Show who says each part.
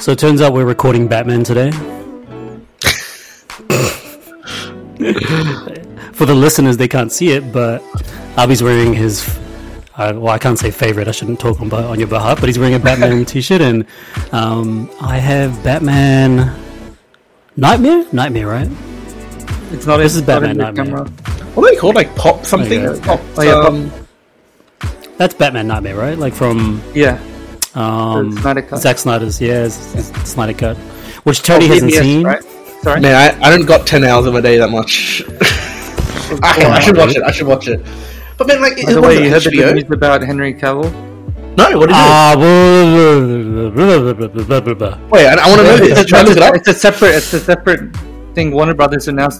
Speaker 1: So it turns out we're recording Batman today. For the listeners, they can't see it, but Abi's wearing his. Uh, well, I can't say favorite. I shouldn't talk on, on your behalf, but he's wearing a Batman t-shirt, and um, I have Batman Nightmare. Nightmare, right?
Speaker 2: It's not.
Speaker 1: This
Speaker 2: in-
Speaker 1: is Batman
Speaker 2: not in the
Speaker 1: Nightmare.
Speaker 3: What are they called? Like pop something?
Speaker 1: yeah.
Speaker 3: Pop,
Speaker 2: Oh, yeah, pop.
Speaker 3: um,
Speaker 1: That's Batman Nightmare, right? Like from
Speaker 2: Yeah.
Speaker 1: um,
Speaker 2: The Snyder Cut.
Speaker 1: Zack Snyder's, yeah, it's- it's Snyder Cut, which Tony hasn't
Speaker 2: PBS,
Speaker 1: seen.
Speaker 2: Right? Sorry.
Speaker 3: man, I, I don't got ten hours of a day that much. I, I should watch it. I should watch it. But man, like,
Speaker 2: By
Speaker 3: it
Speaker 2: the way, you heard
Speaker 3: was
Speaker 2: the
Speaker 3: HBO.
Speaker 2: good news about Henry Cavill?
Speaker 3: No, what is
Speaker 1: Ah, blah, blah, blah, blah, blah, blah, blah, blah, blah.
Speaker 3: it? Wait, I, I want to know this. Should I look it up?
Speaker 2: It's a separate. It's a separate thing. Warner Brothers announced